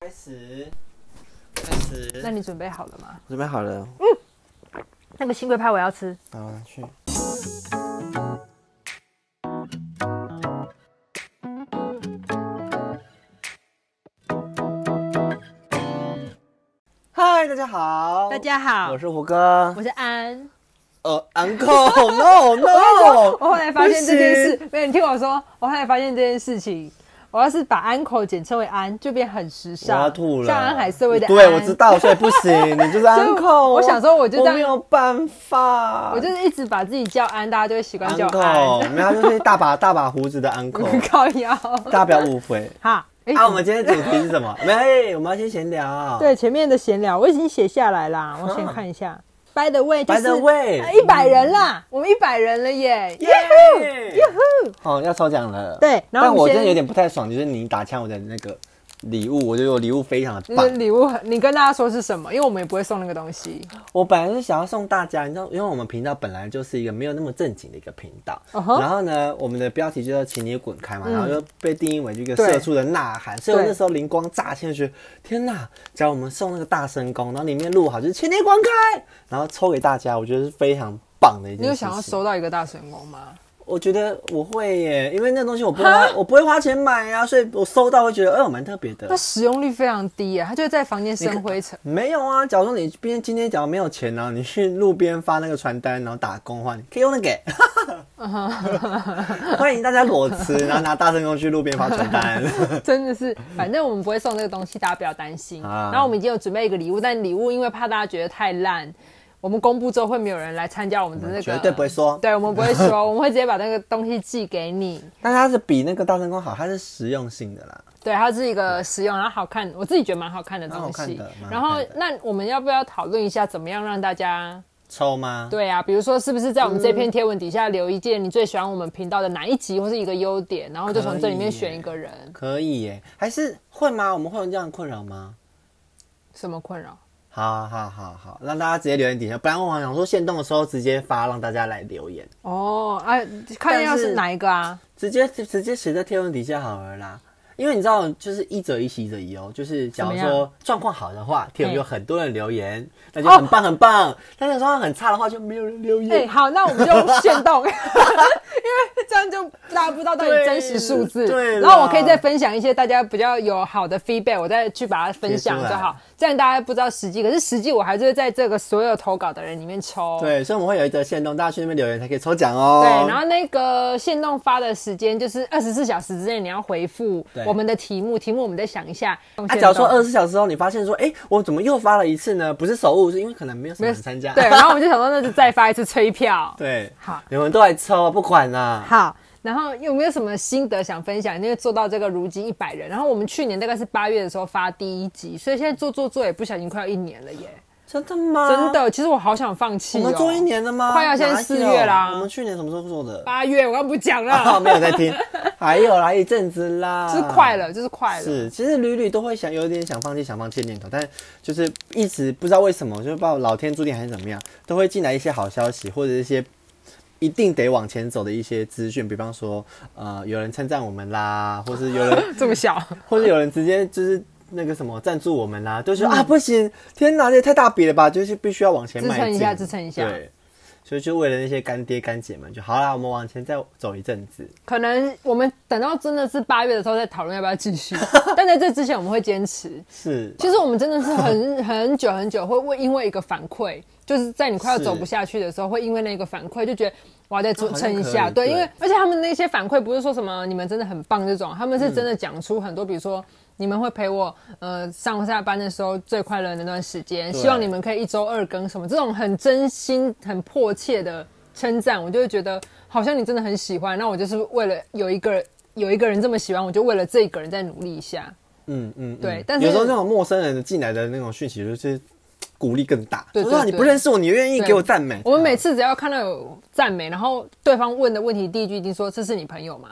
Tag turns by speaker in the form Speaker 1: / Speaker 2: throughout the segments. Speaker 1: 开始，开始，
Speaker 2: 那你准备好了吗？
Speaker 1: 我准备好了，
Speaker 2: 那个新贵派我要吃。
Speaker 1: 好拿去。嗨，大家好，
Speaker 2: 大家好
Speaker 1: 我，是胡歌。
Speaker 2: 我是安。
Speaker 1: 呃，uncle，no no，
Speaker 2: 哦我后来发现这件
Speaker 1: 哦不
Speaker 2: 事，没有你听我说，我后来发现这件事情，我要是把 uncle 简称为安，就变很时
Speaker 1: 我
Speaker 2: 尚，
Speaker 1: 要吐了。
Speaker 2: 像安海瑟薇的安。
Speaker 1: 对，我知。道，所以不 行，你就是 uncle。
Speaker 2: 我想说我就这样
Speaker 1: 没有办法，
Speaker 2: 我就是一直把自己叫安，大家就会习惯叫安。
Speaker 1: uncle，没有，他就是大把大把胡子的 uncle，
Speaker 2: 高腰。
Speaker 1: 大家不要误会。
Speaker 2: 哈，哎
Speaker 1: 啊，我们今天的主题是什么？ 没，我们要先闲聊。
Speaker 2: 对前面的闲聊我已经写下来啦，我先看一下。By the way，就
Speaker 1: ，By
Speaker 2: 是呃
Speaker 1: the way，
Speaker 2: 一百人啦，我们一百人了耶！
Speaker 1: 耶哦，要抽奖了。
Speaker 2: 对然后
Speaker 1: 但
Speaker 2: 我们
Speaker 1: 我
Speaker 2: 先
Speaker 1: 真的有点不太爽，就是你打枪我的那个礼物，我觉得我礼物非常的
Speaker 2: 那
Speaker 1: 棒。
Speaker 2: 礼物很，你跟大家说是什么？因为我们也不会送那个东西。
Speaker 1: 我本来是想要送大家，你知道，因为我们频道本来就是一个没有那么正经的一个频道
Speaker 2: 嗯哼嗯
Speaker 1: 然后呢，我们的标题就叫“请你滚开”嘛，然后又被定义为一个
Speaker 2: 对
Speaker 1: 社畜的呐喊，所以我
Speaker 2: 对
Speaker 1: 那时候灵光乍现，就觉得天哪，只要我们送那个大声公，然后里面录好就是“请你滚开”，然后抽给大家，我觉得是非常棒的一件事情。
Speaker 2: 你有想要收到一个大神功吗？
Speaker 1: 我觉得我会耶，因为那东西我不会花，我不会花钱买呀、所以我收到会觉得，哎、呦蛮特别的
Speaker 2: 那。使用率非常低耶，它就会在房间生灰尘。
Speaker 1: 没有啊，假如说你边今天假如没有钱然后你去路边发那个传单，然后打工的话，你可以用那 个。欢迎大家裸辞，然后拿大声公去路边发传 单。
Speaker 2: 真的是，反正我们不会送这个东西，大家不要担心。
Speaker 1: 啊
Speaker 2: 然后我们已经有准备一个礼物，但礼物因为怕大家觉得太烂，我们公布之后会没有人来参加我们的那个，
Speaker 1: 绝对不会说
Speaker 2: 对，我们不会 说，我们会直接把那个东西寄给你。
Speaker 1: 但它是比那个大声公好，它是实用性的啦。
Speaker 2: 对，它是一个实用，然后好看，我自己觉得蛮好看的
Speaker 1: 蛮
Speaker 2: 东
Speaker 1: 好看
Speaker 2: 西
Speaker 1: 的蛮好看。的
Speaker 2: 然后，那我们要不要讨论一下，怎么样让大家
Speaker 1: 抽吗？
Speaker 2: 对啊，比如说是不是在我们这篇贴文底下留一件你最喜欢我们频道的哪一集或是一个优点，然后就从这里面选一个人，
Speaker 1: 可以耶，还是会吗？我们会有这样的困扰吗？
Speaker 2: 什么困扰？
Speaker 1: 好好好好，让大家直接留言底下，不然我想说限动的时候直接发，让大家来留言。
Speaker 2: 哦，啊，看要是哪一个啊？
Speaker 1: 直接直接写在贴文底下好了啦。因为你知道，就是一者一喜，一者一忧。就是假如
Speaker 2: 怎么
Speaker 1: 说状况好的话，贴文
Speaker 2: 嘿哦
Speaker 1: 有很多人留言，那就很棒很棒；但是状况很差的话，就没有人留
Speaker 2: 哎、
Speaker 1: 言。
Speaker 2: 好，那我们就限 动，因为这样就大家不知道到底
Speaker 1: 对
Speaker 2: 真实数字。
Speaker 1: 对啦
Speaker 2: 然后我可以再分享一些大家比较有好的 feedback，我再去把它分享
Speaker 1: 写出来
Speaker 2: 就好，这样大家不知道实际。可是实际我还是会在这个所有投稿的人里面抽。
Speaker 1: 对，所以我们会有一则限动，大家去那边留言才可以抽奖哦。
Speaker 2: 对，然后那个限动发的时间就是二十四小时之内你要回复
Speaker 1: 对
Speaker 2: 我们的题目，题目我们再想一下。
Speaker 1: 啊，假如说二十四小时后你发现说，哎、我怎么又发了一次呢？不是手误，是因为可能没有什么人参加。
Speaker 2: 对，然后我们就想说那就再发一次催票。
Speaker 1: 对，
Speaker 2: 好
Speaker 1: 你们都来抽，不管啦。
Speaker 2: 好，然后有没有什么心得想分享？因为做到这个如今一百人，然后我们去年大概是八月的时候发第一集，所以现在做做做也不小心快要一年了耶，
Speaker 1: 真的吗？
Speaker 2: 真，的，其实我好想放弃、
Speaker 1: 啊我
Speaker 2: 哦。
Speaker 1: 们做一年了吗？
Speaker 2: 快要现在
Speaker 1: 哪有
Speaker 2: 四月啦
Speaker 1: 我们去年什么时候做的？
Speaker 2: 八月，我刚不讲
Speaker 1: 啊，
Speaker 2: 了，
Speaker 1: 没有在听，还有啦，一阵子啦，
Speaker 2: 就是快了，就是快了。
Speaker 1: 是，其实屡屡都会想有点想放弃、想放弃的念头，但就是一直不知道为什么，就是不知道老天注定还是怎么样，都会进来一些好消息，或者一些一定得往前走的一些资讯，比方说，呃，有人称赞我们啦，或是有 人，
Speaker 2: 这么小，
Speaker 1: 或者有人直接就是。那个什么赞助我们啦、就是、啊不行，天哪，这也太大笔了吧！就是必须要往前
Speaker 2: 支
Speaker 1: 迈
Speaker 2: 撑一下
Speaker 1: 进
Speaker 2: 支撑一下
Speaker 1: 对，所以就为了那些干爹干姐们，就好啦，我们往前再走一阵子。
Speaker 2: 可能我们等到真的是八月的时候再讨论要不要继续， 但在这之前我们会坚持。
Speaker 1: 是，
Speaker 2: 其实我们真的是 很很久很久会为因为一个反馈，就是在你快要
Speaker 1: 是
Speaker 2: 走不下去的时候，会因为那个反馈就觉得我要再
Speaker 1: 啊
Speaker 2: 撑
Speaker 1: 好像
Speaker 2: 撑一
Speaker 1: 可
Speaker 2: 下。
Speaker 1: 以
Speaker 2: 对，因为
Speaker 1: 对
Speaker 2: 而且他们那些反馈不是说什么你们真的很棒这种，他们是真的讲出很多，比如说。你们会陪我，呃，上下班的时候最快乐的那段时间，
Speaker 1: 对
Speaker 2: 希望你们可以一周二更什么，这种很真心、很迫切的称赞，我就会觉得好像你真的很喜欢。那我就是为了有一个有一个人这么喜欢，我就为了这一个人再努力一下。
Speaker 1: 嗯嗯，
Speaker 2: 对
Speaker 1: 嗯
Speaker 2: 但是
Speaker 1: 有时候那种陌生人的进来的那种讯息，就是鼓励更大。
Speaker 2: 对
Speaker 1: 我说啊
Speaker 2: 对
Speaker 1: 你
Speaker 2: 对
Speaker 1: 不认识我，你愿意
Speaker 2: 对
Speaker 1: 给我赞美。
Speaker 2: 我们每次只要看到有赞美，然后 对方问的问题，第一句一定说：“这是你朋友吗？”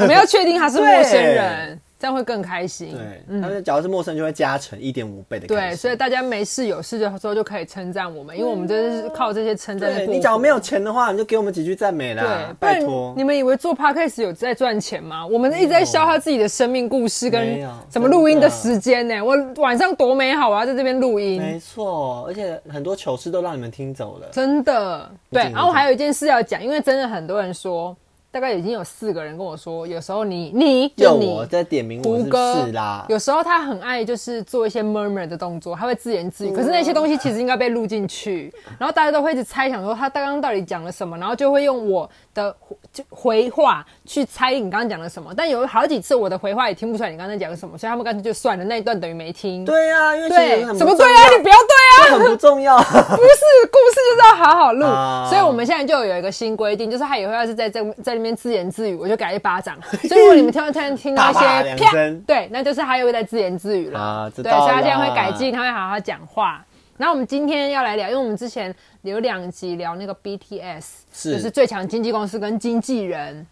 Speaker 2: 我们要确定他是陌生人。这样会更开心。
Speaker 1: 对，但是假如是陌生人，就会加成一点五倍的开
Speaker 2: 嗯对，
Speaker 1: 心。
Speaker 2: 所以大家没事有事的时候就可以称赞我们，因为我们真的是靠这些称赞
Speaker 1: 对
Speaker 2: 的。
Speaker 1: 你假如没有钱的话，你就给我们几句赞美啦哎
Speaker 2: 对，，不
Speaker 1: 啊拜
Speaker 2: 然
Speaker 1: 托。
Speaker 2: 你们以为做 podcast 有在赚钱吗？我们一直在消耗自己的生命故事
Speaker 1: 没
Speaker 2: 跟
Speaker 1: 有
Speaker 2: 什么录音的
Speaker 1: 真的
Speaker 2: 时间呢、我晚上多美好啊，在这边录音，
Speaker 1: 没错，而且很多糗事都让你们听走了。
Speaker 2: 真的。对，
Speaker 1: 我懂
Speaker 2: 然后还有一件事要讲，因为真的很多人说，大概已经有四个人跟我说，有时候你你
Speaker 1: 又
Speaker 2: 就你
Speaker 1: 我在点名我
Speaker 2: 胡
Speaker 1: 是
Speaker 2: 歌
Speaker 1: 不是啦？
Speaker 2: 有时候他很爱就是做一些 murmur 的动作，他会自言自
Speaker 1: 嗯
Speaker 2: 语，可是那些东西其实应该被录进去，然后大家都会一直猜想说他刚刚到底讲了什么，然后就会用我的回就回话去猜你刚刚讲了什么，但有好几次我的回话也听不出来你刚才讲了什么，所以他们干脆就算了，那一段等于没听。
Speaker 1: 对呀、因为其
Speaker 2: 对
Speaker 1: 实很
Speaker 2: 什
Speaker 1: 不
Speaker 2: 么
Speaker 1: 重
Speaker 2: 对
Speaker 1: 要
Speaker 2: 啊？你不要对啊！
Speaker 1: 这很不重 要。
Speaker 2: 不是故事就是要好好录，
Speaker 1: 啊
Speaker 2: 所以我们现在就有一个新规定，就是他以后要是在这在那边自言自语，我就给他一巴 掌。所以如果你们听到突然听到一
Speaker 1: 大骂
Speaker 2: 些
Speaker 1: 两
Speaker 2: 啪
Speaker 1: 声，
Speaker 2: 对，那就是他又在自言自语了。
Speaker 1: 啊知
Speaker 2: 对，
Speaker 1: 道
Speaker 2: 所以他现在
Speaker 1: 啦
Speaker 2: 会改进，他会好好讲话。然后我们今天要来聊，因为我们之前有两集聊那个 BTS，
Speaker 1: 是
Speaker 2: 就是最强经纪公司跟经纪人。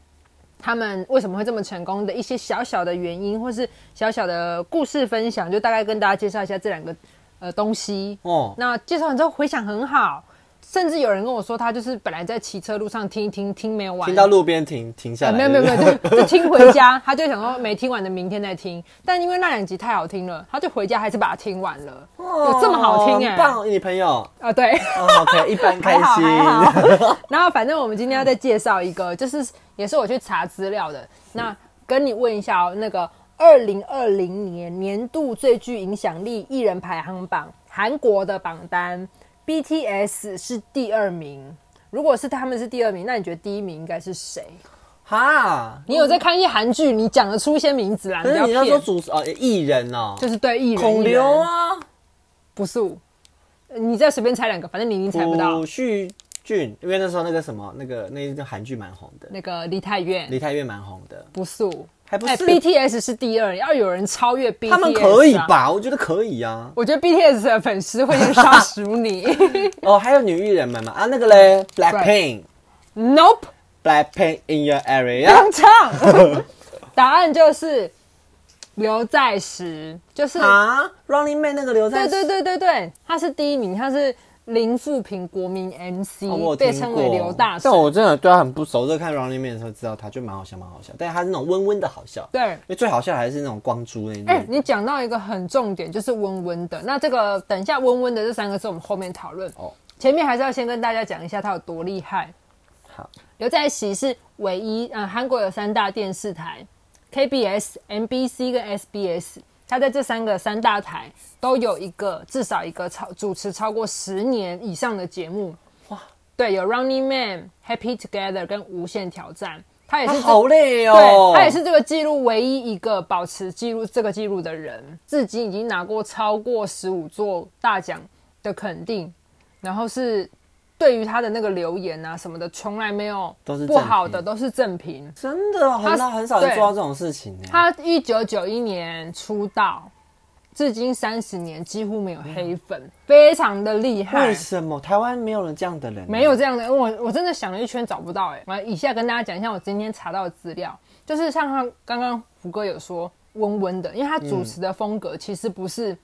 Speaker 2: 他们为什么会这么成功的一些小小的原因，或是小小的故事分享，就大概跟大家介绍一下这两个呃东西。
Speaker 1: 哦，
Speaker 2: 那介绍完之后回响很好，甚至有人跟我说，他就是本来在骑车路上听一听，听没有完，
Speaker 1: 听到路边停停下
Speaker 2: 呃
Speaker 1: 来，
Speaker 2: 没有没有没有，就就听回家，他就想说没听完的明天再听。但因为那两集太好听了，他就回家还是把它听完了，
Speaker 1: 哦
Speaker 2: 有这么好听哎、
Speaker 1: 很棒，你朋友
Speaker 2: 啊，对。
Speaker 1: 哦，OK，一般开
Speaker 2: 还好还
Speaker 1: 心。
Speaker 2: 好。然后反正我们今天要再介绍一个，就是也是我去查资料的。那跟你问一下哦，那个二零二零年年度最具影响力艺人排行榜，韩国的榜单，BTS 是第二名。如果是他们是第二名，那你觉得第一名应该是谁？
Speaker 1: 哈，
Speaker 2: 你有在看一些韩剧，你讲得出一些名字啦，
Speaker 1: 可是
Speaker 2: 不
Speaker 1: 你要
Speaker 2: 要
Speaker 1: 说
Speaker 2: 骗。
Speaker 1: 主哦艺人哦，
Speaker 2: 就是对艺人，
Speaker 1: 孔
Speaker 2: 艺人
Speaker 1: 刘啊，
Speaker 2: 不是我，你再随便猜两个，反正你已经猜不到
Speaker 1: 古。旭俊，因为那时候那个什么那个那个韩剧蛮红的，
Speaker 2: 那个梨泰院，
Speaker 1: 李泰院蛮红的，
Speaker 2: 不素，
Speaker 1: 还不
Speaker 2: 哎
Speaker 1: 是
Speaker 2: BTS 是第二，要有人超越 BTS，、啊、
Speaker 1: 他们可以？吧？我觉得可以啊。
Speaker 2: 我觉得 BTS 的粉丝会先杀 死你。
Speaker 1: 哦，还有女艺人们嘛啊，那个嘞，Blackpink，Blackpink
Speaker 2: nope，
Speaker 1: in your
Speaker 2: 不
Speaker 1: area，
Speaker 2: 用唱。 答案就是刘在石，就是
Speaker 1: 啊，Running Man 那个刘在
Speaker 2: 对对对对对，他是第一名，他是林富平国民 MC，、
Speaker 1: 哦我有
Speaker 2: 被
Speaker 1: 听
Speaker 2: 称
Speaker 1: 过
Speaker 2: 为刘大神
Speaker 1: 但。我真的对他很不熟，就看 Running Man 的时候知道他就蛮好笑，蛮好笑。但是他是那种温温的好笑，
Speaker 2: 对
Speaker 1: 因为最好笑还是那种光珠那一
Speaker 2: 哎、
Speaker 1: 种。
Speaker 2: 你讲到一个很重点，就是温温的。那这个等一下温温的这三个字，我们后面讨论。
Speaker 1: 哦
Speaker 2: 前面还是要先跟大家讲一下他有多厉害。
Speaker 1: 好，
Speaker 2: 刘在熙是唯一，呃，韩国有三大电视台，KBS、MBC 跟 SBS，他在这三个三大台都有一个至少一个超主持超过十年以上的节目。哇
Speaker 1: 哇，
Speaker 2: 对，有 Running Man、Happy Together 跟无限挑战，他也是
Speaker 1: 他
Speaker 2: 这
Speaker 1: 好累哦
Speaker 2: 哎对，，他也是这个记录唯一一个保持记录这个记录的人，至今已经拿过超过十五座大奖的肯定，然后是对于他的那个留言啊什么的，从来没有
Speaker 1: 都是
Speaker 2: 不好的，
Speaker 1: 正
Speaker 2: 都是正评。
Speaker 1: 真的很
Speaker 2: 他
Speaker 1: 少很少人做到这种事情呢。
Speaker 2: 他一九九一年出道，至今三十年几乎没有黑粉，非常的厉害
Speaker 1: 为。什么台湾没有人这样的人？
Speaker 2: 没有这样的，我我真的想了一圈找不到哎、我以下跟大家讲一下我今天查到的资料，就是像他刚刚胡歌有说温温的，因为他主持的风格其实不是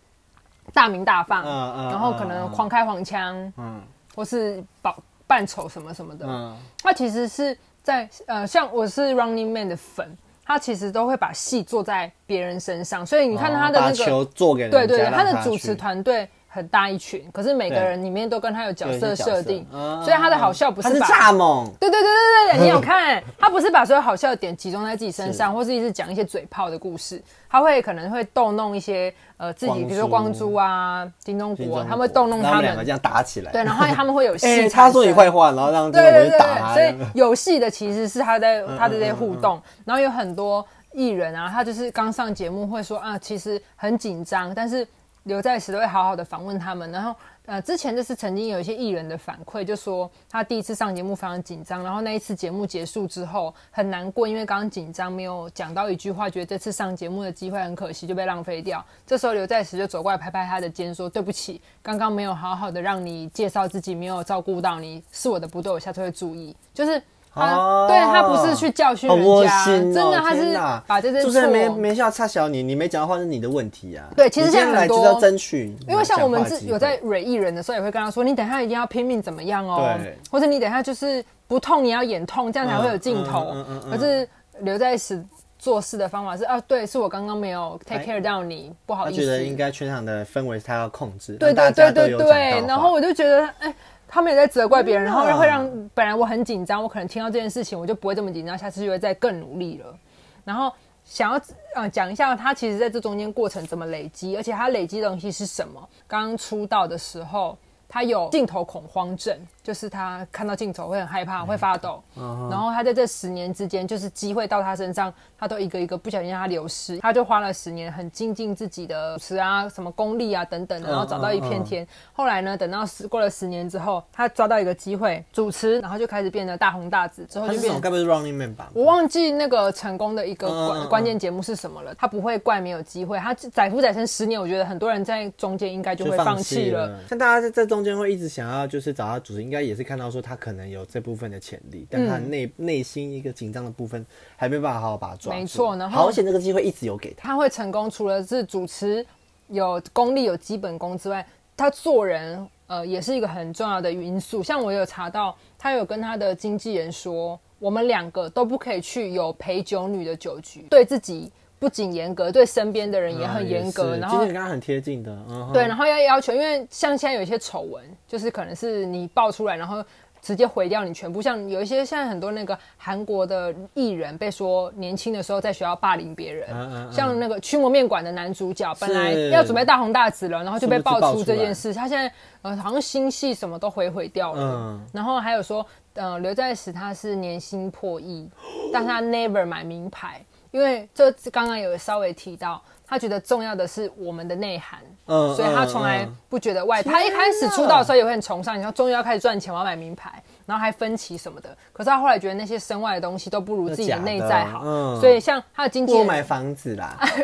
Speaker 2: 大鸣大放，
Speaker 1: 嗯嗯
Speaker 2: 然后可能狂开黄腔，
Speaker 1: 嗯
Speaker 2: 或是扮扮丑什么什么的，
Speaker 1: 嗯，
Speaker 2: 他其实是在呃，像我是 Running Man 的粉，他其实都会把戏做在别人身上，所以你看他的
Speaker 1: 哦把
Speaker 2: 那个、
Speaker 1: 球做给人家，
Speaker 2: 对对对，
Speaker 1: 让
Speaker 2: 他
Speaker 1: 他
Speaker 2: 的主持
Speaker 1: 去
Speaker 2: 团队很大一群，可是每个人里面都跟他有角
Speaker 1: 有一
Speaker 2: 色
Speaker 1: 些角
Speaker 2: 设定，
Speaker 1: 嗯
Speaker 2: 所以他的好笑不
Speaker 1: 他
Speaker 2: 是
Speaker 1: 是
Speaker 2: 把。
Speaker 1: 蚱蜢，
Speaker 2: 对对对对对 对，你有看？他不是把所有好笑的点集中在自己身上，或是一直讲一些嘴炮的故事，他会可能会逗弄一些呃自己，
Speaker 1: 光
Speaker 2: 比如说
Speaker 1: 珠
Speaker 2: 光珠啊、金钟
Speaker 1: 金
Speaker 2: 国啊，
Speaker 1: 钟
Speaker 2: 他们会逗弄
Speaker 1: 然后
Speaker 2: 他
Speaker 1: 两个
Speaker 2: 们
Speaker 1: 这，样打起来。
Speaker 2: 对，然后他们会有 戏、
Speaker 1: 哎，他说你坏。话，然后让这个
Speaker 2: 对
Speaker 1: 我
Speaker 2: 对
Speaker 1: 就
Speaker 2: 对
Speaker 1: 打他。
Speaker 2: 对，所
Speaker 1: 这
Speaker 2: 以
Speaker 1: 样嗯
Speaker 2: 有戏的其实是他在他的这些互动，然后有很多艺人啊，他就是刚上节目会说啊，其实很紧张，但是刘在石都会好好的访问他们。然后呃，之前就是曾经有一些艺人的反馈，就说他第一次上节目非常紧张，然后
Speaker 1: 哦
Speaker 2: 那一次节目结束之后很难过，因为刚刚紧张没有讲到一句话，觉得这次上节目的机会很可惜，就被浪费掉。这时候刘在石就走过来拍拍他的肩说：“对不起，刚刚没有好好的让你介绍自己，没有照顾到你，是我的不对，我下次会注意。”就是他对他不是去教训
Speaker 1: 好
Speaker 2: 人
Speaker 1: 窝
Speaker 2: 家，
Speaker 1: 心哦！
Speaker 2: 真的他
Speaker 1: 天
Speaker 2: 是
Speaker 1: 哪
Speaker 2: 把这件
Speaker 1: 主
Speaker 2: 错
Speaker 1: 持人没没笑差小你，你没讲的话是你的问题啊。
Speaker 2: 对其实
Speaker 1: 你今天
Speaker 2: 现在
Speaker 1: 来
Speaker 2: 很
Speaker 1: 就
Speaker 2: 多
Speaker 1: 是要争取，
Speaker 2: 因为像我们
Speaker 1: 自
Speaker 2: 自有在蕊艺人的时候，也会跟他说，你等一下一定要拼命怎么样哦
Speaker 1: 对，
Speaker 2: 或者你等一下就是不痛也要演痛，这样才会有镜头。
Speaker 1: 嗯嗯嗯嗯嗯
Speaker 2: 可是留在死做事的方法是啊，对，是我刚刚没有 take care 到你，不好
Speaker 1: 哎他
Speaker 2: 意
Speaker 1: 觉得应
Speaker 2: 思。
Speaker 1: 该全场的氛围是他要控制，
Speaker 2: 对
Speaker 1: 让大
Speaker 2: 对
Speaker 1: 家
Speaker 2: 对
Speaker 1: 都有讲
Speaker 2: 对
Speaker 1: 到
Speaker 2: 对
Speaker 1: 话，
Speaker 2: 然后我就觉得，哎、他们也在责怪别人，然后
Speaker 1: 真的
Speaker 2: 会让本来我很紧张，我可能听到这件事情，我就不会这么紧张，下次就会再更努力了。然后想要呃讲一下他其实在这中间过程怎么累积，而且他累积的东西是什么。刚出道的时候，他有镜头恐慌症，就是他看到镜头会很害怕，会发抖。然后他在这十年之间，就是机会到他身上，他都一个一个不小心让他流失，他就花了十年很精进自己的词啊、什么功力啊等等的，然后找到一片天。后来呢，等到十过了十年之后，他抓到一个机会主持，然后就开始变得大红大紫，之后
Speaker 1: 他
Speaker 2: 就是变
Speaker 1: 什么？该不是 Running Man 吧？
Speaker 2: 我忘记那个成功的一个
Speaker 1: 嗯
Speaker 2: 关、
Speaker 1: 嗯嗯
Speaker 2: 关键节目是什么了。他不会怪没有机会，他载夫载成十年，我觉得很多人在中间应该就
Speaker 1: 就
Speaker 2: 会
Speaker 1: 放
Speaker 2: 放弃了。
Speaker 1: 了。像大家在这中间会一直想要就是找他主持，应该也是看到说他可能有这部分的潜力，但
Speaker 2: 嗯
Speaker 1: 他内内心一个紧张的部分还没办法好好把它抓住。
Speaker 2: 没错然后
Speaker 1: 好险这个机会一直有给他。
Speaker 2: 他会成功，除了是主持有功力、有基本功之外，他做人呃也是一个很重要的因素。像我有查到，他有跟他的经纪人说，我们两个都不可以去有陪酒女的酒局，对自己不仅严格，对身边的人也很严格，
Speaker 1: 嗯也是
Speaker 2: 然
Speaker 1: 今
Speaker 2: 后
Speaker 1: 天跟他很贴近的，嗯哼
Speaker 2: 对，然后要要求，因为像现在有一些丑闻，就是可能是你爆出来，然后直接毁掉你全部。像有一些现在很多那个韩国的艺人被说年轻的时候在学校霸凌别人，
Speaker 1: 嗯嗯嗯
Speaker 2: 像那个驱魔面馆的男主角，本来
Speaker 1: 是
Speaker 2: 要准备大红大紫了，然后就被
Speaker 1: 是不是
Speaker 2: 爆
Speaker 1: 爆
Speaker 2: 出
Speaker 1: 出
Speaker 2: 这
Speaker 1: 来
Speaker 2: 件事。他现在呃好像新戏什么都毁毁掉了，
Speaker 1: 嗯
Speaker 2: 然后还有说呃刘在石他是年薪破 亿，哦但他 never 买名牌。因为这刚刚有稍微提到，他觉得重要的是我们的内涵，
Speaker 1: 嗯
Speaker 2: 所以他从来
Speaker 1: 嗯
Speaker 2: 不觉得外。他一开始出道的时候也会很崇尚，你说终于要开始赚钱，我要买名牌，然后还分期什么的。可是他后来觉得那些身外的东西都不如自己的内在好
Speaker 1: 那假的，嗯
Speaker 2: 所以像他的经纪
Speaker 1: 不如
Speaker 2: 人，
Speaker 1: 买房子啦，
Speaker 2: 他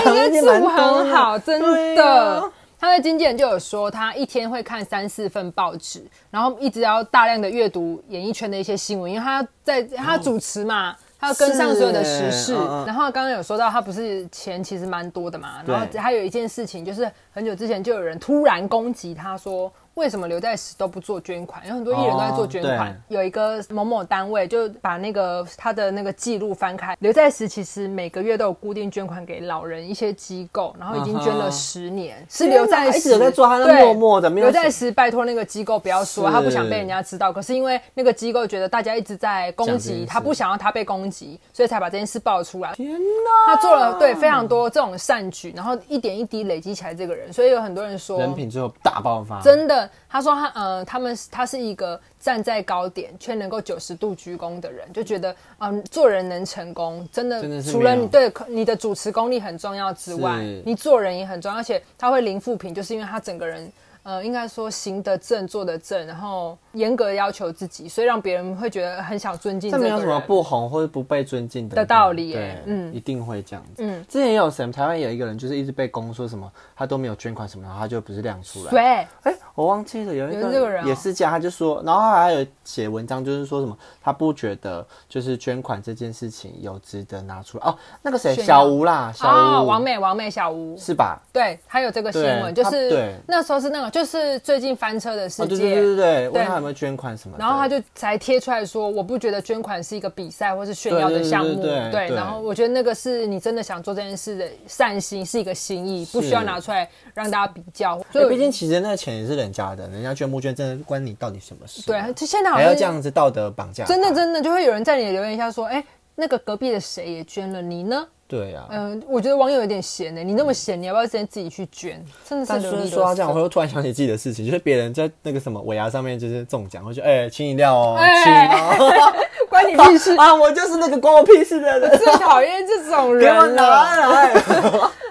Speaker 1: 他
Speaker 2: 该住很好，真的。
Speaker 1: 啊
Speaker 2: 他的经纪人就有说，他一天会看三四份报纸，然后一直要大量的阅读演艺圈的一些新闻，因为他在他主持嘛，他要跟上所有的时
Speaker 1: 是
Speaker 2: 事。
Speaker 1: 嗯嗯
Speaker 2: 然后刚刚有说到，他不是钱其实蛮多的嘛，
Speaker 1: 对
Speaker 2: 然后还有一件事情，就是很久之前就有人突然攻击他说。为什么刘在石都不做捐款？有很多艺人都在做捐款，
Speaker 1: 哦
Speaker 2: 有一个某某单位就把那个他的那个记录翻开，刘在石其实每个月都有固定捐款给老人一些机构，然后已经捐
Speaker 1: 啊哈
Speaker 2: 了十年，是刘在
Speaker 1: 一
Speaker 2: 石
Speaker 1: 直有在抓他那
Speaker 2: 对
Speaker 1: 默默的没有
Speaker 2: 刘在石拜托那个机构不要说，
Speaker 1: 是
Speaker 2: 他不想被人家知道，可是因为那个机构觉得大家一直在攻
Speaker 1: 讲这件
Speaker 2: 击
Speaker 1: 事
Speaker 2: 他，不想要他被攻击，所以才把这件事爆出来。
Speaker 1: 天哪，
Speaker 2: 他做了对非常多这种善举，然后一点一滴累积起来这个人，所以有很多人说
Speaker 1: 人品最后大爆发，
Speaker 2: 真的，他说他呃，他们他是一个站在高点却能够九十度鞠躬的人，就觉得嗯、做人能成功，真的，
Speaker 1: 真的是
Speaker 2: 除了
Speaker 1: 没有
Speaker 2: 你对你的主持功力很重要之外
Speaker 1: 是，
Speaker 2: 你做人也很重要，而且他会零负评，就是因为他整个人。呃，应该说行得正，坐得正，然后严格要求自己，所以让别人会觉得很想尊敬
Speaker 1: 这
Speaker 2: 这个
Speaker 1: 没
Speaker 2: 人。
Speaker 1: 有什么不红或者不被尊敬的
Speaker 2: 的道理
Speaker 1: 对
Speaker 2: 耶，嗯
Speaker 1: 一定会这样子。
Speaker 2: 嗯
Speaker 1: 之前也有什么台湾有一个人就是一直被攻说什么他都没有捐款什么，然后他就不是亮出来。
Speaker 2: 对，
Speaker 1: 哎、我忘记了有一
Speaker 2: 有
Speaker 1: 个
Speaker 2: 这个人哦
Speaker 1: 也是这样，他就说，然后他还有写文章，就是说什么他不觉得就是捐款这件事情有值得拿出来哦。那个谁，
Speaker 2: 炫耀
Speaker 1: 小吴啦，小
Speaker 2: 哦，
Speaker 1: 吴，
Speaker 2: 王美，王美小吴，
Speaker 1: 是吧？
Speaker 2: 对，还有这个新
Speaker 1: 对
Speaker 2: 闻，就
Speaker 1: 他对
Speaker 2: 是那时候是那个，就是最近翻车的事
Speaker 1: 哦，
Speaker 2: 件，
Speaker 1: 对对对对对，问
Speaker 2: 对
Speaker 1: 他有没有捐款什么的，
Speaker 2: 然后他就才贴出来说，我不觉得捐款是一个比赛或是炫耀的项目，
Speaker 1: 对对对对对
Speaker 2: 然后我觉得那个是你真的想做这件事的善心，是一个心意，不需要拿出来让大家比较。所
Speaker 1: 对，
Speaker 2: 以
Speaker 1: 哎毕竟其实那个钱也是人家的，人家捐不捐，真的关你到底什么事？啊
Speaker 2: 对，就现在好
Speaker 1: 还
Speaker 2: 像
Speaker 1: 要这样子道德绑架他，
Speaker 2: 真的真的就会有人在你的留言下说，哎，那个隔壁的谁也捐了，你呢？
Speaker 1: 对啊。
Speaker 2: 嗯、我觉得网友有点闲呢、你那么闲，你要不要直接自己去捐？真的是
Speaker 1: 但
Speaker 2: 流
Speaker 1: 说
Speaker 2: 利
Speaker 1: 说到这样，我会突然想起自己的事情，就是别人在那个什么尾牙上面就是中奖，会觉得哎，请饮料哦，
Speaker 2: 哎
Speaker 1: 请哦，！
Speaker 2: 关你屁事
Speaker 1: 啊，我就是那个关我屁事的 人，
Speaker 2: 最讨厌这种
Speaker 1: 给
Speaker 2: 人
Speaker 1: 我拿
Speaker 2: 了。
Speaker 1: 来。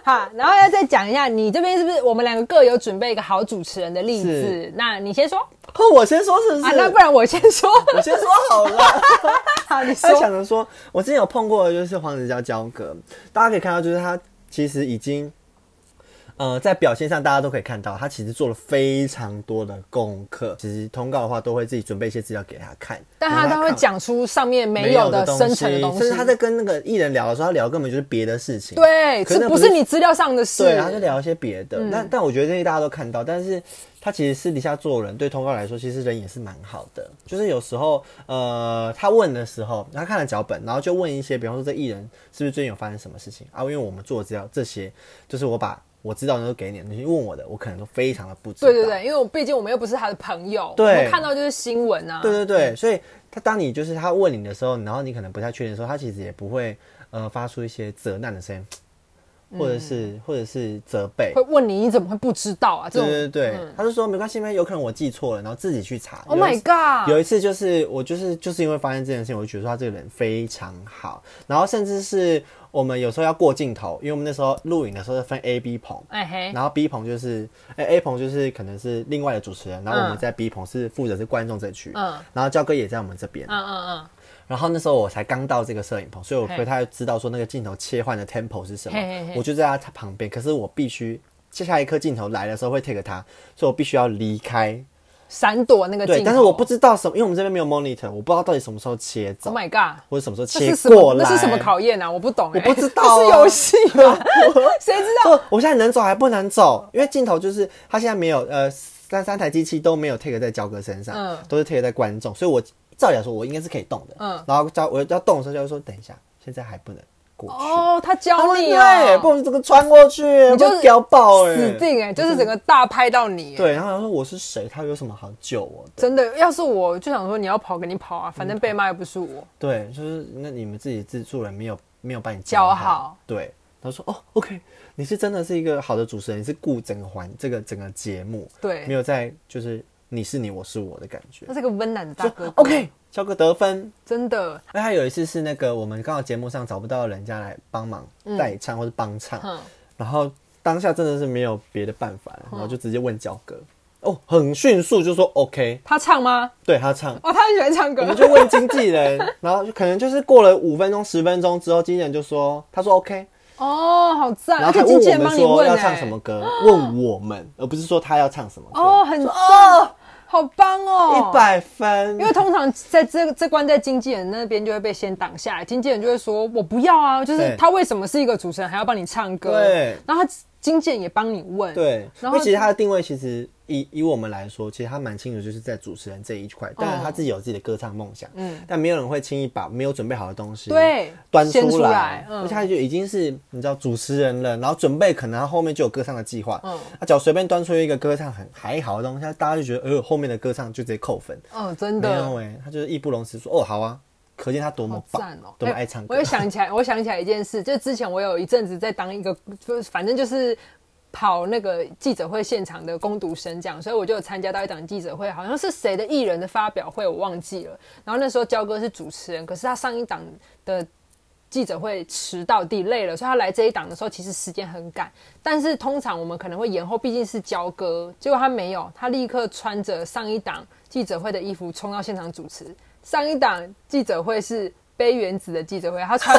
Speaker 2: 好，然后要再讲一下，你这边是不是我们两个各有准备一个好主持人的例
Speaker 1: 是
Speaker 2: 子？那你先说啊，
Speaker 1: 哼哦我先说是不是？
Speaker 2: 那不然我先 说。
Speaker 1: 我先说好了。
Speaker 2: 好，你
Speaker 1: 他想
Speaker 2: 说。
Speaker 1: 着说，我之前有碰过的就是黄子佼佼哥，大家可以看到，就是他其实已经。呃，在表现上大家都可以看到，他其实做了非常多的功课。其实通告的话，都会自己准备一些资料给他看，
Speaker 2: 但他
Speaker 1: 让
Speaker 2: 都会
Speaker 1: 看
Speaker 2: 讲出上面没
Speaker 1: 没
Speaker 2: 有
Speaker 1: 的
Speaker 2: 的深层的东西，
Speaker 1: 甚至他在跟那个艺人聊的时候，他聊根本就是别的事情。
Speaker 2: 对，嗯
Speaker 1: 可是
Speaker 2: 这
Speaker 1: 那
Speaker 2: 不
Speaker 1: 不
Speaker 2: 是
Speaker 1: 是
Speaker 2: 你资料上的事，
Speaker 1: 对，他就聊一些别的。但但我觉得这些大家都看到，但是他其实私底下做人，对通告来说，其实人也是蛮好的。就是有时候，呃，他问的时候，他看了脚本，然后就问一些，比方说这艺人是不是最近有发生什么事情啊？因为我们做的资料这些，就是我把我知道的都给你，你问我的，我可能都非常的不知道。
Speaker 2: 对对对，因为我毕竟我们又不是他的朋友，
Speaker 1: 对
Speaker 2: 我们看到就是新闻啊，
Speaker 1: 对对对，所以他当你就是他问你的时候，然后你可能不太确定的时候，他其实也不会呃发出一些责难的声音，或者是、或者是责备
Speaker 2: 嗯会。问你你怎么会不知道啊？
Speaker 1: 对
Speaker 2: 这种
Speaker 1: 对对，他就说没关系，因为有可能我记错了，然后自己去查。
Speaker 2: ，Oh
Speaker 1: 有一
Speaker 2: my
Speaker 1: 次
Speaker 2: god，
Speaker 1: 有一次就是我就是就是因为发现这件事情，我就觉得说他这个人非常好，然后甚至是我们有时候要过镜头，因为我们那时候录影的时候是分 A、B 棚，
Speaker 2: 哎嘿，
Speaker 1: 然后 B 棚就是，哎、a 棚就是可能是另外的主持人，然后我
Speaker 2: 嗯
Speaker 1: 们在 B 棚是负责是观众这区，
Speaker 2: 嗯
Speaker 1: 然后焦哥也在我们这边，
Speaker 2: 嗯嗯
Speaker 1: 然后那时候我才刚到这个摄影棚，所以我
Speaker 2: 嘿
Speaker 1: 不太知道说那个镜头切换的 tempo 是什么，
Speaker 2: 嘿嘿嘿
Speaker 1: 我就在他旁边，可是我必须接下来一颗镜头来的时候会 take 他，所以我必须要离开，
Speaker 2: 嗯，闪躲那个镜
Speaker 1: 对，
Speaker 2: 头，
Speaker 1: 但是我不知道什么，因为我们这边没有 monitor，我不知道到底什么时候切走，
Speaker 2: ，Oh my god，
Speaker 1: 或者什么时候
Speaker 2: 这是
Speaker 1: 切
Speaker 2: 什么
Speaker 1: 过？来，
Speaker 2: 那是什么考验啊？我不懂，
Speaker 1: 我不
Speaker 2: 哎
Speaker 1: 知道
Speaker 2: 这是
Speaker 1: 啊
Speaker 2: 游戏 吗？谁知道？
Speaker 1: 说哦我现在能走还不能走，因为镜头就是他现在没有呃三三台机器都没有 take 在焦哥身上，
Speaker 2: 嗯
Speaker 1: 都是 take 在观众，所以我照理来说我应该是可以动的，
Speaker 2: 嗯
Speaker 1: 然后焦我要动的时候就会说等一下，现在还不能过去。
Speaker 2: 哦，他
Speaker 1: 他
Speaker 2: 教
Speaker 1: 说
Speaker 2: 你
Speaker 1: 对，不
Speaker 2: 哦，
Speaker 1: 然这个穿过去，
Speaker 2: 你就是
Speaker 1: 会屌爆哎、
Speaker 2: 死定哎，就是整个大拍到你，哎
Speaker 1: 对，然后他说我是谁，他有什么好救我的？
Speaker 2: 真的，要是我就想说你要跑给你跑
Speaker 1: 嗯
Speaker 2: 啊，反正被骂又不是我。
Speaker 1: 对，就是那你们自己自助人没有没有把你
Speaker 2: 教
Speaker 1: 教
Speaker 2: 好
Speaker 1: 对。他说：“哦，OK，你是真的是一个好的主持人，你是顾整个环这个整个节目，
Speaker 2: 对
Speaker 1: 没有在就是你是你我是我的感觉
Speaker 2: 他。是个温暖的大
Speaker 1: 就
Speaker 2: 哥哥
Speaker 1: OK，交个得分。
Speaker 2: 真的，
Speaker 1: 哎，还有一次是那个我们刚好节目上找不到人家来帮忙代唱或是帮唱，
Speaker 2: 嗯，
Speaker 1: 然后当下真的是没有别的办法，然后就直接问焦哥，哦，很迅速就说 OK，
Speaker 2: 他唱吗？
Speaker 1: 对他 唱。
Speaker 2: 哦，他很喜欢唱歌
Speaker 1: 我们就问经纪人， 然后就可能就是过了五分钟、十分钟之后，经纪人就说：“他说 OK，
Speaker 2: 哦，好赞！
Speaker 1: 然后
Speaker 2: 而
Speaker 1: 他
Speaker 2: 且
Speaker 1: 问
Speaker 2: 经纪
Speaker 1: 我
Speaker 2: 人
Speaker 1: 们
Speaker 2: 帮你
Speaker 1: 说
Speaker 2: 问
Speaker 1: 要
Speaker 2: 欸
Speaker 1: 唱什么歌，问我们，而不是说他要唱什么歌。
Speaker 2: 哦，很赞，好棒哦，
Speaker 1: 一。百分，
Speaker 2: 因为通常在这这关在经纪人那边就会被先挡下来，经纪人就会说：“我不要啊，就是
Speaker 1: 对
Speaker 2: 他为什么是一个主持人还要帮你唱歌？”
Speaker 1: 对
Speaker 2: 然后他经纪人也帮你问，
Speaker 1: 对，
Speaker 2: 然
Speaker 1: 因
Speaker 2: 后
Speaker 1: 为其实他的定位其实以以我们来说，其实他蛮清楚，就是在主持人这一块。当然他自己有自己的歌唱梦想，
Speaker 2: 哦嗯
Speaker 1: 嗯，但没有人会轻易把没有准备好的东西
Speaker 2: 对
Speaker 1: 端
Speaker 2: 先
Speaker 1: 出
Speaker 2: 出来
Speaker 1: 来，
Speaker 2: 嗯
Speaker 1: 而且他就已经是你知道主持人了，然后准备可能他后面就有歌唱的计划，
Speaker 2: 嗯
Speaker 1: 嗯，他只要随便端出一个歌唱很还好的东西，大家就觉得呃后面的歌唱就直接扣分，
Speaker 2: 嗯，真
Speaker 1: 没有
Speaker 2: 的。
Speaker 1: 哎、他就是义不容辞说哦好啊，可见他多么
Speaker 2: 好
Speaker 1: 棒，
Speaker 2: 赞哦！
Speaker 1: 多么
Speaker 2: 哎
Speaker 1: 爱唱歌。
Speaker 2: 我又想起来，我想起来一件事，就之前我有一阵子在当一个，就是反正就是跑那个记者会现场的攻读生这样，所以我就有参加到一档记者会，好像是谁的艺人的发表会，我忘记了。然后那时候焦哥是主持人，可是他上一档的记者会迟到地累了，所以他来这一档的时候其实时间很赶，但是通常我们可能会延后，毕竟是交割。结果他没有，他立刻穿着上一档记者会的衣服冲到现场主持。上一档记者会是杯原子的记者会，他穿，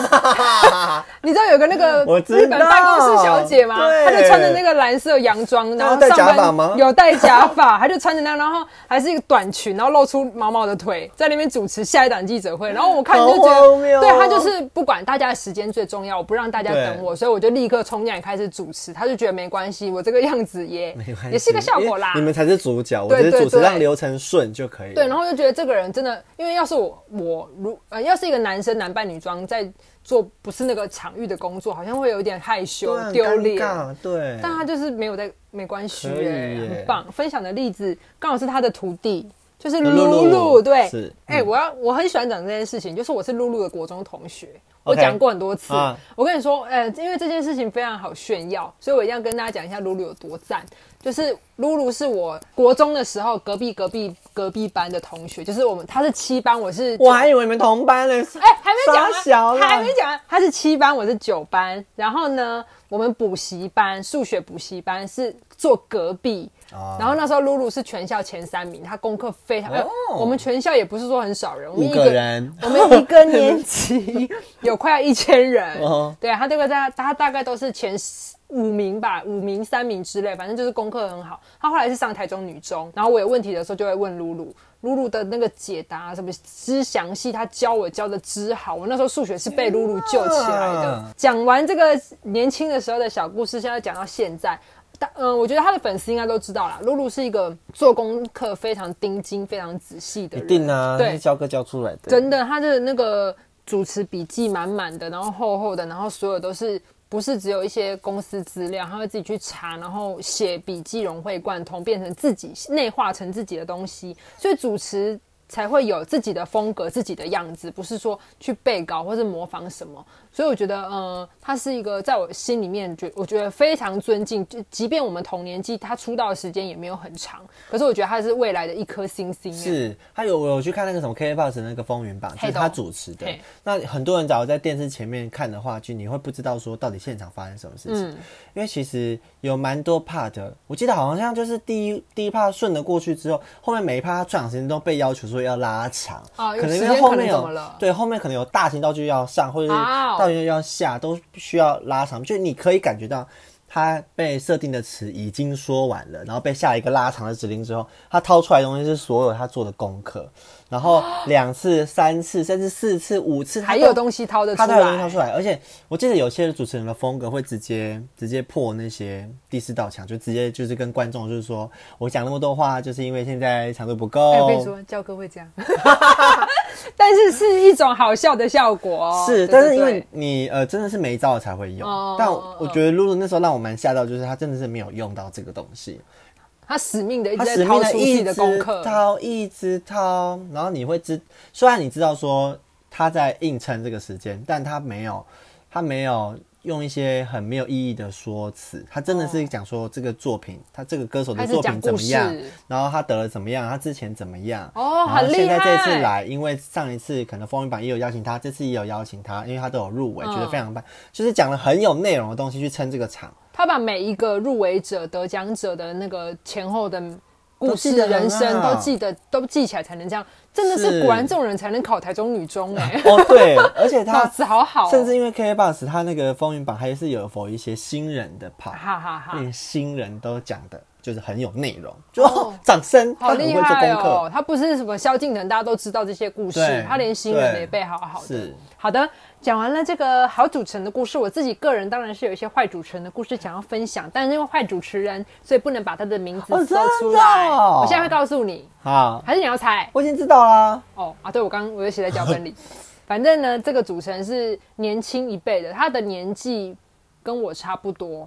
Speaker 2: 你知道有个那个
Speaker 1: 我知道
Speaker 2: 日本办公室小姐吗？
Speaker 1: 对
Speaker 2: 她就穿着那个蓝色洋装，然后
Speaker 1: 戴
Speaker 2: 上
Speaker 1: 假
Speaker 2: 班
Speaker 1: 发吗
Speaker 2: 有戴假发， 她就穿着那样，然后还是一个短裙，然后露出毛毛的腿，在那边主持下一档记者会。然后我看就觉
Speaker 1: 好荒谬
Speaker 2: 得，
Speaker 1: 哦
Speaker 2: 对她就是。是不管大家的时间最重要，我不让大家等我，所以我就立刻冲进来开始主持。他就觉得没关系，我这个样子也
Speaker 1: 没关系
Speaker 2: 也是个效果啦
Speaker 1: 因为。你们才是主角，我
Speaker 2: 对
Speaker 1: 只是
Speaker 2: 对
Speaker 1: 主持
Speaker 2: 对
Speaker 1: 让流程顺就可以了。
Speaker 2: 对，然后就觉得这个人真的，因为要是我我如呃要是一个男生男扮女装在做不是那个场域的工作，好像会有点害羞
Speaker 1: 对很
Speaker 2: 丢脸。
Speaker 1: 尴尬对，
Speaker 2: 但他就是没有在，没关系、
Speaker 1: 可以
Speaker 2: 欸，
Speaker 1: 耶
Speaker 2: 很棒。分享的例子刚好是他的徒弟，就是
Speaker 1: 露露
Speaker 2: 露露，对，
Speaker 1: 是嗯
Speaker 2: 哎、我要我很喜欢讲这件事情，就是我是露露的国中同学。我
Speaker 1: OK
Speaker 2: 讲过很多次
Speaker 1: 哦啊
Speaker 2: 我跟你说，呃，因为这件事情非常好炫耀，所以我一定要跟大家讲一下露露有多赞。就是露露是我国中的时候隔壁隔壁隔壁班的同学，就是我们他是七班，我是
Speaker 1: 我还以为你们同班嘞，
Speaker 2: 哎、还没讲
Speaker 1: 傻小
Speaker 2: 完，
Speaker 1: 啦
Speaker 2: 还没讲完。他是七班，我是九班。然后呢，我们补习班数学补习班是坐隔壁。
Speaker 1: 哦
Speaker 2: 然后那时候露露是全校前三名，她功课非常。呃
Speaker 1: 哦
Speaker 2: 我们全校也不是说很少人，我们
Speaker 1: 五
Speaker 2: 一
Speaker 1: 个人
Speaker 2: 我们一个年级有快要一千人
Speaker 1: 哦，
Speaker 2: 对，他大概在他大概都是前十五名吧，五名、三名之类，反正就是功课很好。他后来是上台中女中，然后我有问题的时候就会问露露，露露的那个解答什么之详细，他教我教的之好，我那时候数学是被露露救起来的。讲完这个年轻的时候的小故事，现在讲到现在。但嗯，我觉得他的粉丝应该都知道啦。露露是一个做功课非常盯紧、非常仔细的
Speaker 3: 一
Speaker 2: 人，
Speaker 3: 定啊，
Speaker 2: 对
Speaker 3: 是教哥教出来的，
Speaker 2: 真的，他的那个主持笔记满满的，然后厚厚的，然后所有都是不是只有一些公司资料，他会自己去查，然后写笔记融会贯通，变成自己内化成自己的东西，所以主持。才会有自己的风格、自己的样子，不是说去背稿或是模仿什么。所以我觉得，呃，他是一个在我心里面觉，我觉得非常尊敬。就即便我们同年纪，他出道的时间也没有很长，可是我觉得他是未来的一颗星星。
Speaker 1: 是，他有我有去看那个什么 KBox 那个风云榜，就
Speaker 2: 嘿
Speaker 1: 是
Speaker 2: 懂
Speaker 1: 他主持的
Speaker 2: 嘿。
Speaker 1: 那很多人假如在电视前面看的话，就你会不知道说到底现场发生什么事
Speaker 2: 嗯
Speaker 1: 情，因为其实有蛮多 part 的。我记得好像就是第一第一 part 顺了过去之后，后面每一 part 他出场时间都被要求说要拉长，
Speaker 2: 哦有
Speaker 1: 可能因
Speaker 2: 时
Speaker 1: 为
Speaker 2: 间
Speaker 1: 后
Speaker 2: 可能
Speaker 1: 面
Speaker 2: 怎
Speaker 1: 有
Speaker 2: 么了
Speaker 1: 对后面可能有大型道具要上，或者是
Speaker 2: 哦
Speaker 1: 道具要下，都需要拉长，就你可以感觉到。他被设定的词已经说完了，然后被下一个拉长的指令之后，他掏出来的东西是所有他做的功课，然 后两次、三次，甚至四次、五次，他
Speaker 2: 还
Speaker 1: 都
Speaker 2: 有东西掏得出
Speaker 1: 他
Speaker 2: 来，
Speaker 1: 都有东西掏出来。而且我记得有些主持人的风格会直接直接破那些第四道墙，就直接就是跟观众就是说我讲那么多话，就是因为现在长度不够。
Speaker 2: 哎、我跟你说，教哥会这 样，但是是一种好笑的效果、哦。
Speaker 1: 是，
Speaker 2: 对
Speaker 1: 但是因
Speaker 2: 对
Speaker 1: 为
Speaker 2: 对
Speaker 1: 你呃真的是没招了才会用，
Speaker 2: 哦
Speaker 1: 但
Speaker 2: 哦
Speaker 1: 我我觉得露露那时候让我蛮吓到，就是她真的是没有用到这个东西，
Speaker 2: 他死命的一直
Speaker 1: 他
Speaker 2: 在
Speaker 1: 使命
Speaker 2: 掏出
Speaker 1: 的
Speaker 2: 自己
Speaker 1: 一
Speaker 2: 的
Speaker 1: 直
Speaker 2: 功课，
Speaker 1: 掏，一直掏，然后你会知，虽然你知道说他在硬撑这个时间，但他没有，他没有用一些很没有意义的说辞，他真的是讲说这个作品，他这个歌手
Speaker 2: 他
Speaker 1: 的
Speaker 2: 哦是
Speaker 1: 作
Speaker 2: 讲
Speaker 1: 品
Speaker 2: 故
Speaker 1: 怎么
Speaker 2: 事
Speaker 1: 样，然后他得了怎么样，他之前怎么样，然后
Speaker 2: 哦很厉
Speaker 1: 现在这次
Speaker 2: 害
Speaker 1: 来，因为上一次可能风云榜也有邀请他，这次也有邀请他，因为他都有入
Speaker 2: 嗯
Speaker 1: 围，觉得非常棒，就是讲了很有内容的东西去撑这个 场。
Speaker 2: 他把每一个入围者、得奖者的那个前后的故
Speaker 1: 都记
Speaker 2: 事、
Speaker 1: 得很
Speaker 2: 人生
Speaker 1: 好
Speaker 2: 都记得、都记起来，才能这样。真的啊是
Speaker 1: 是
Speaker 2: 果然这种人才能考台中女中哎、
Speaker 1: 哦，对，而且他
Speaker 2: 脑子好好哦、
Speaker 1: 甚至因为 KBox 它那个风云榜还是有否一些新人的 part，
Speaker 2: 哈哈哈，
Speaker 1: 连新人都讲的就是很有内容，就、哦、 掌声，他
Speaker 2: 好
Speaker 1: 很会
Speaker 2: 厉
Speaker 1: 做
Speaker 2: 害
Speaker 1: 功课。
Speaker 2: 哦！他不是什么萧敬腾，大家都知道这些故事
Speaker 1: 对，
Speaker 2: 他连新人
Speaker 1: 对
Speaker 2: 也背好好的
Speaker 1: 是。
Speaker 2: 好的，讲完了这个好主持人的故事，我自己个人当然是有一些坏主持人的故事想要分享，但是因为坏主持人，所以不能把他的名字
Speaker 1: 哦
Speaker 2: 搜
Speaker 1: 真的
Speaker 2: 出来。
Speaker 1: 哦
Speaker 2: 我现在会告诉你，
Speaker 1: 好，
Speaker 2: 还是你要猜？
Speaker 1: 我已经知道啦。
Speaker 2: 哦啊，对，我刚我就写在脚本里。 反正呢，这个主持人是年轻一辈的，他的年纪跟我差不多，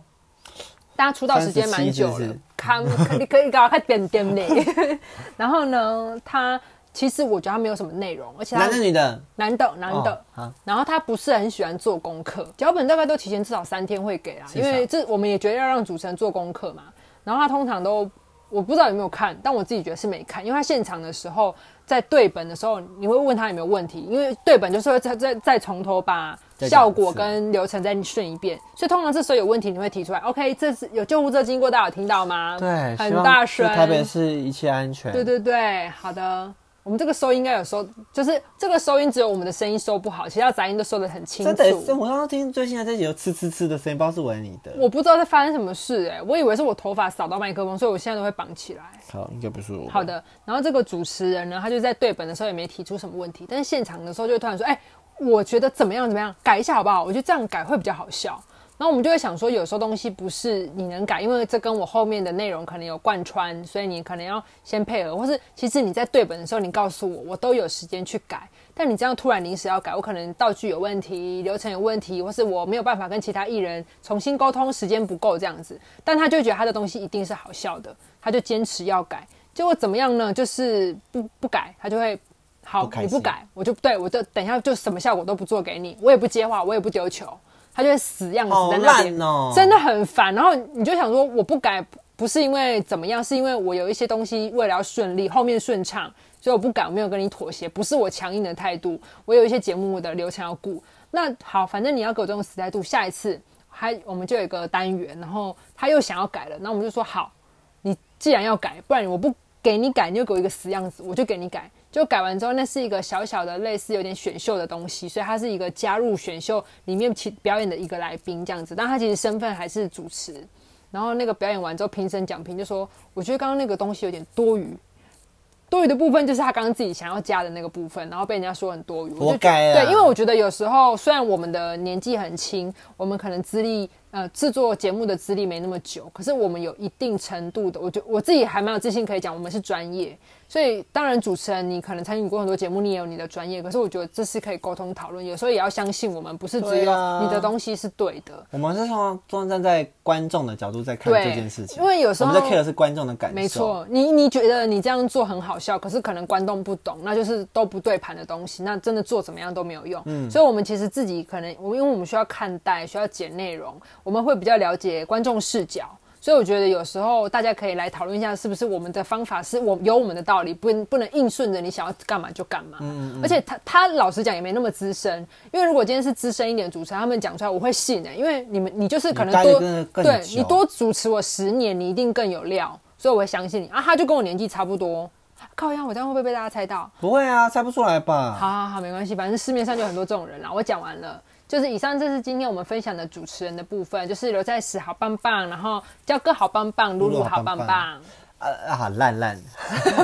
Speaker 2: 大家出道时间蛮久
Speaker 1: 37是
Speaker 2: 了
Speaker 1: 不是，
Speaker 2: 看你可以搞快点点嘞。 然后呢，他其实我觉得他没有什么内容，而且他
Speaker 1: 男的女的，
Speaker 2: 男的男的、
Speaker 1: 哦好
Speaker 2: 然后他不是很喜欢做功课，脚本大概都提前至少三天会给啦，啊因
Speaker 1: 少
Speaker 2: 为这我们也觉得要让主持人做功课嘛。然后他通常都我不知道有没有看，但我自己觉得是没看，因为他现场的时候在对本的时候，你会问他有没有问题，因为对本就是会再再再从头把
Speaker 1: 再讲一次
Speaker 2: 效果跟流程再顺一遍，所以通常这时候有问题你会提出来。OK，这是有救护车经过，大家有听到吗？
Speaker 1: 对，希
Speaker 2: 很
Speaker 1: 望
Speaker 2: 大
Speaker 1: 是
Speaker 2: 声。
Speaker 1: 台北市一切安全。
Speaker 2: 对对对，好的。我们这个收音应该有收，就是这个收音只有我们的声音收不好，其他杂音都收得很清
Speaker 1: 真的耶，
Speaker 2: 楚。
Speaker 1: 我刚刚听最新的这集有呲呲呲的声音，不知道是我你的。
Speaker 2: 我不知道在发生什么事、哎，我以为是我头发扫到麦克风，所以我现在都会绑起来。
Speaker 1: 好，应该不是我。
Speaker 2: 好，的，然后这个主持人呢，他就在对本的时候也没提出什么问题，但是现场的时候就会突然说：“哎、我觉得怎么样怎么样，改一下好不好？我觉得这样改会比较好笑。”然后我们就会想说，有时候东西不是你能改，因为这跟我后面的内容可能有贯穿，所以你可能要先配合，或是其实你在对本的时候，你告诉我，我都有时间去改。但你这样突然临时要改，我可能道具有问题，流程有问题，或是我没有办法跟其他艺人重新沟通，时间不够这样子。但他就觉得他的东西一定是好笑的，他就坚持要改。结果怎么样呢？就是不不改，他就会好
Speaker 1: 不，开
Speaker 2: 你
Speaker 1: 心
Speaker 2: 不改，我就对我就等一下就什么效果都不做给你，我也不接话，我也不丢球，他就会死样子
Speaker 1: 好
Speaker 2: 在那边，
Speaker 1: 烂哦
Speaker 2: 真的很烦。然后你就想说，我不改不是因为怎么样，是因为我有一些东西为了要顺利，后面顺畅，所以我不改，我没有跟你妥协，不是我强硬的态度，我有一些节目的流程要顾。那好，反正你要给我这种死态度，下一次还我们就有一个单元，然后他又想要改了，那我们就说好，你既然要改，不然我不给你改，你就给我一个死样子，我就给你改。就改完之后，那是一个小小的类似有点选秀的东西，所以他是一个加入选秀里面其表演的一个来宾这样子，但他其实身份还是主持。然后那个表演完之后，评审讲评就说：“我觉得刚刚那个东西有点多余，多余的部分就是他刚刚自己想要加的那个部分，然后被人家说很多余。我就觉
Speaker 1: 活该啊
Speaker 2: 对，因为我觉得有时候虽然我们的年纪很轻，我们可能资历呃制作节目的资历没那么久，可是我们有一定程度的，我觉我自己还蛮有自信可以讲我们是专业。所以当然主持人你可能参与过很多节目，你也有你的专业，可是我觉得这是可以沟通讨论，有时候也要相信我们不是只
Speaker 1: 对
Speaker 2: 有
Speaker 1: 啊
Speaker 2: 你的东西是对的。
Speaker 1: 我们是从站站在观众的角度在看
Speaker 2: 对
Speaker 1: 这件事情，
Speaker 2: 因为有时候
Speaker 1: 我们在 care 的是观众的感受，
Speaker 2: 没错，你你觉得你这样做很好笑，可是可能观众不懂，那就是都不对盘的东西，那真的做怎么样都没有用。
Speaker 1: 嗯
Speaker 2: 所以我们其实自己可能，我因为我们需要看待，需要剪内容，我们会比较了解观众视角。所以我觉得有时候大家可以来讨论一下，是不是我们的方法是我有我们的道理，不不能硬顺着你想要干嘛就干嘛。
Speaker 1: 嗯
Speaker 2: 而且他他老实讲也没那么资深，因为如果今天是资深一点的主持人，他们讲出来我会信的、欸因为你们你就是可能
Speaker 1: 你待得
Speaker 2: 多
Speaker 1: 真的更
Speaker 2: 对
Speaker 1: 久
Speaker 2: 你多主持我十年，你一定更有料，所以我会相信你啊。他就跟我年纪差不多，靠呀，我这样会不会被大家猜到？
Speaker 1: 不会啊，猜不出来吧？
Speaker 2: 好好好，没关系，反正市面上就很多这种人啦。我讲完了，就是以上这是今天我们分享的主持人的部分，就是刘在石好棒棒，然后焦哥好棒棒，露露好棒
Speaker 1: 露露好棒
Speaker 2: 棒，
Speaker 1: 啊啊，好烂 烂，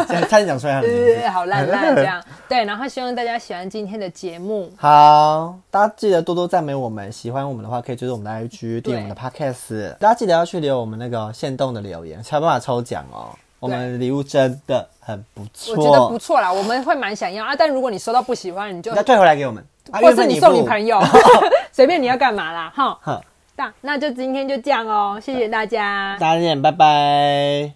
Speaker 1: 讲差点讲出来他的名字
Speaker 2: 对，呃好 烂烂这样。对，然后希望大家喜欢今天的节目。
Speaker 1: 好，大家记得多多赞美我们，喜欢我们的话可以追踪我们的 IG，订阅我们的 Podcast。大家记得要去留我们那个限动的留言，才有办法抽奖哦。我们的礼物真的很不错，
Speaker 2: 我觉得不错啦，我们会蛮想要啊。但如果你收到不喜欢，你就
Speaker 1: 要退回来给我们，啊
Speaker 2: 或是你送你朋
Speaker 1: 友。
Speaker 2: 友， 随便你要干嘛啦，哈。
Speaker 1: 哼
Speaker 2: 那那就今天就这样哦，谢谢大家，
Speaker 1: 大家再见，拜拜。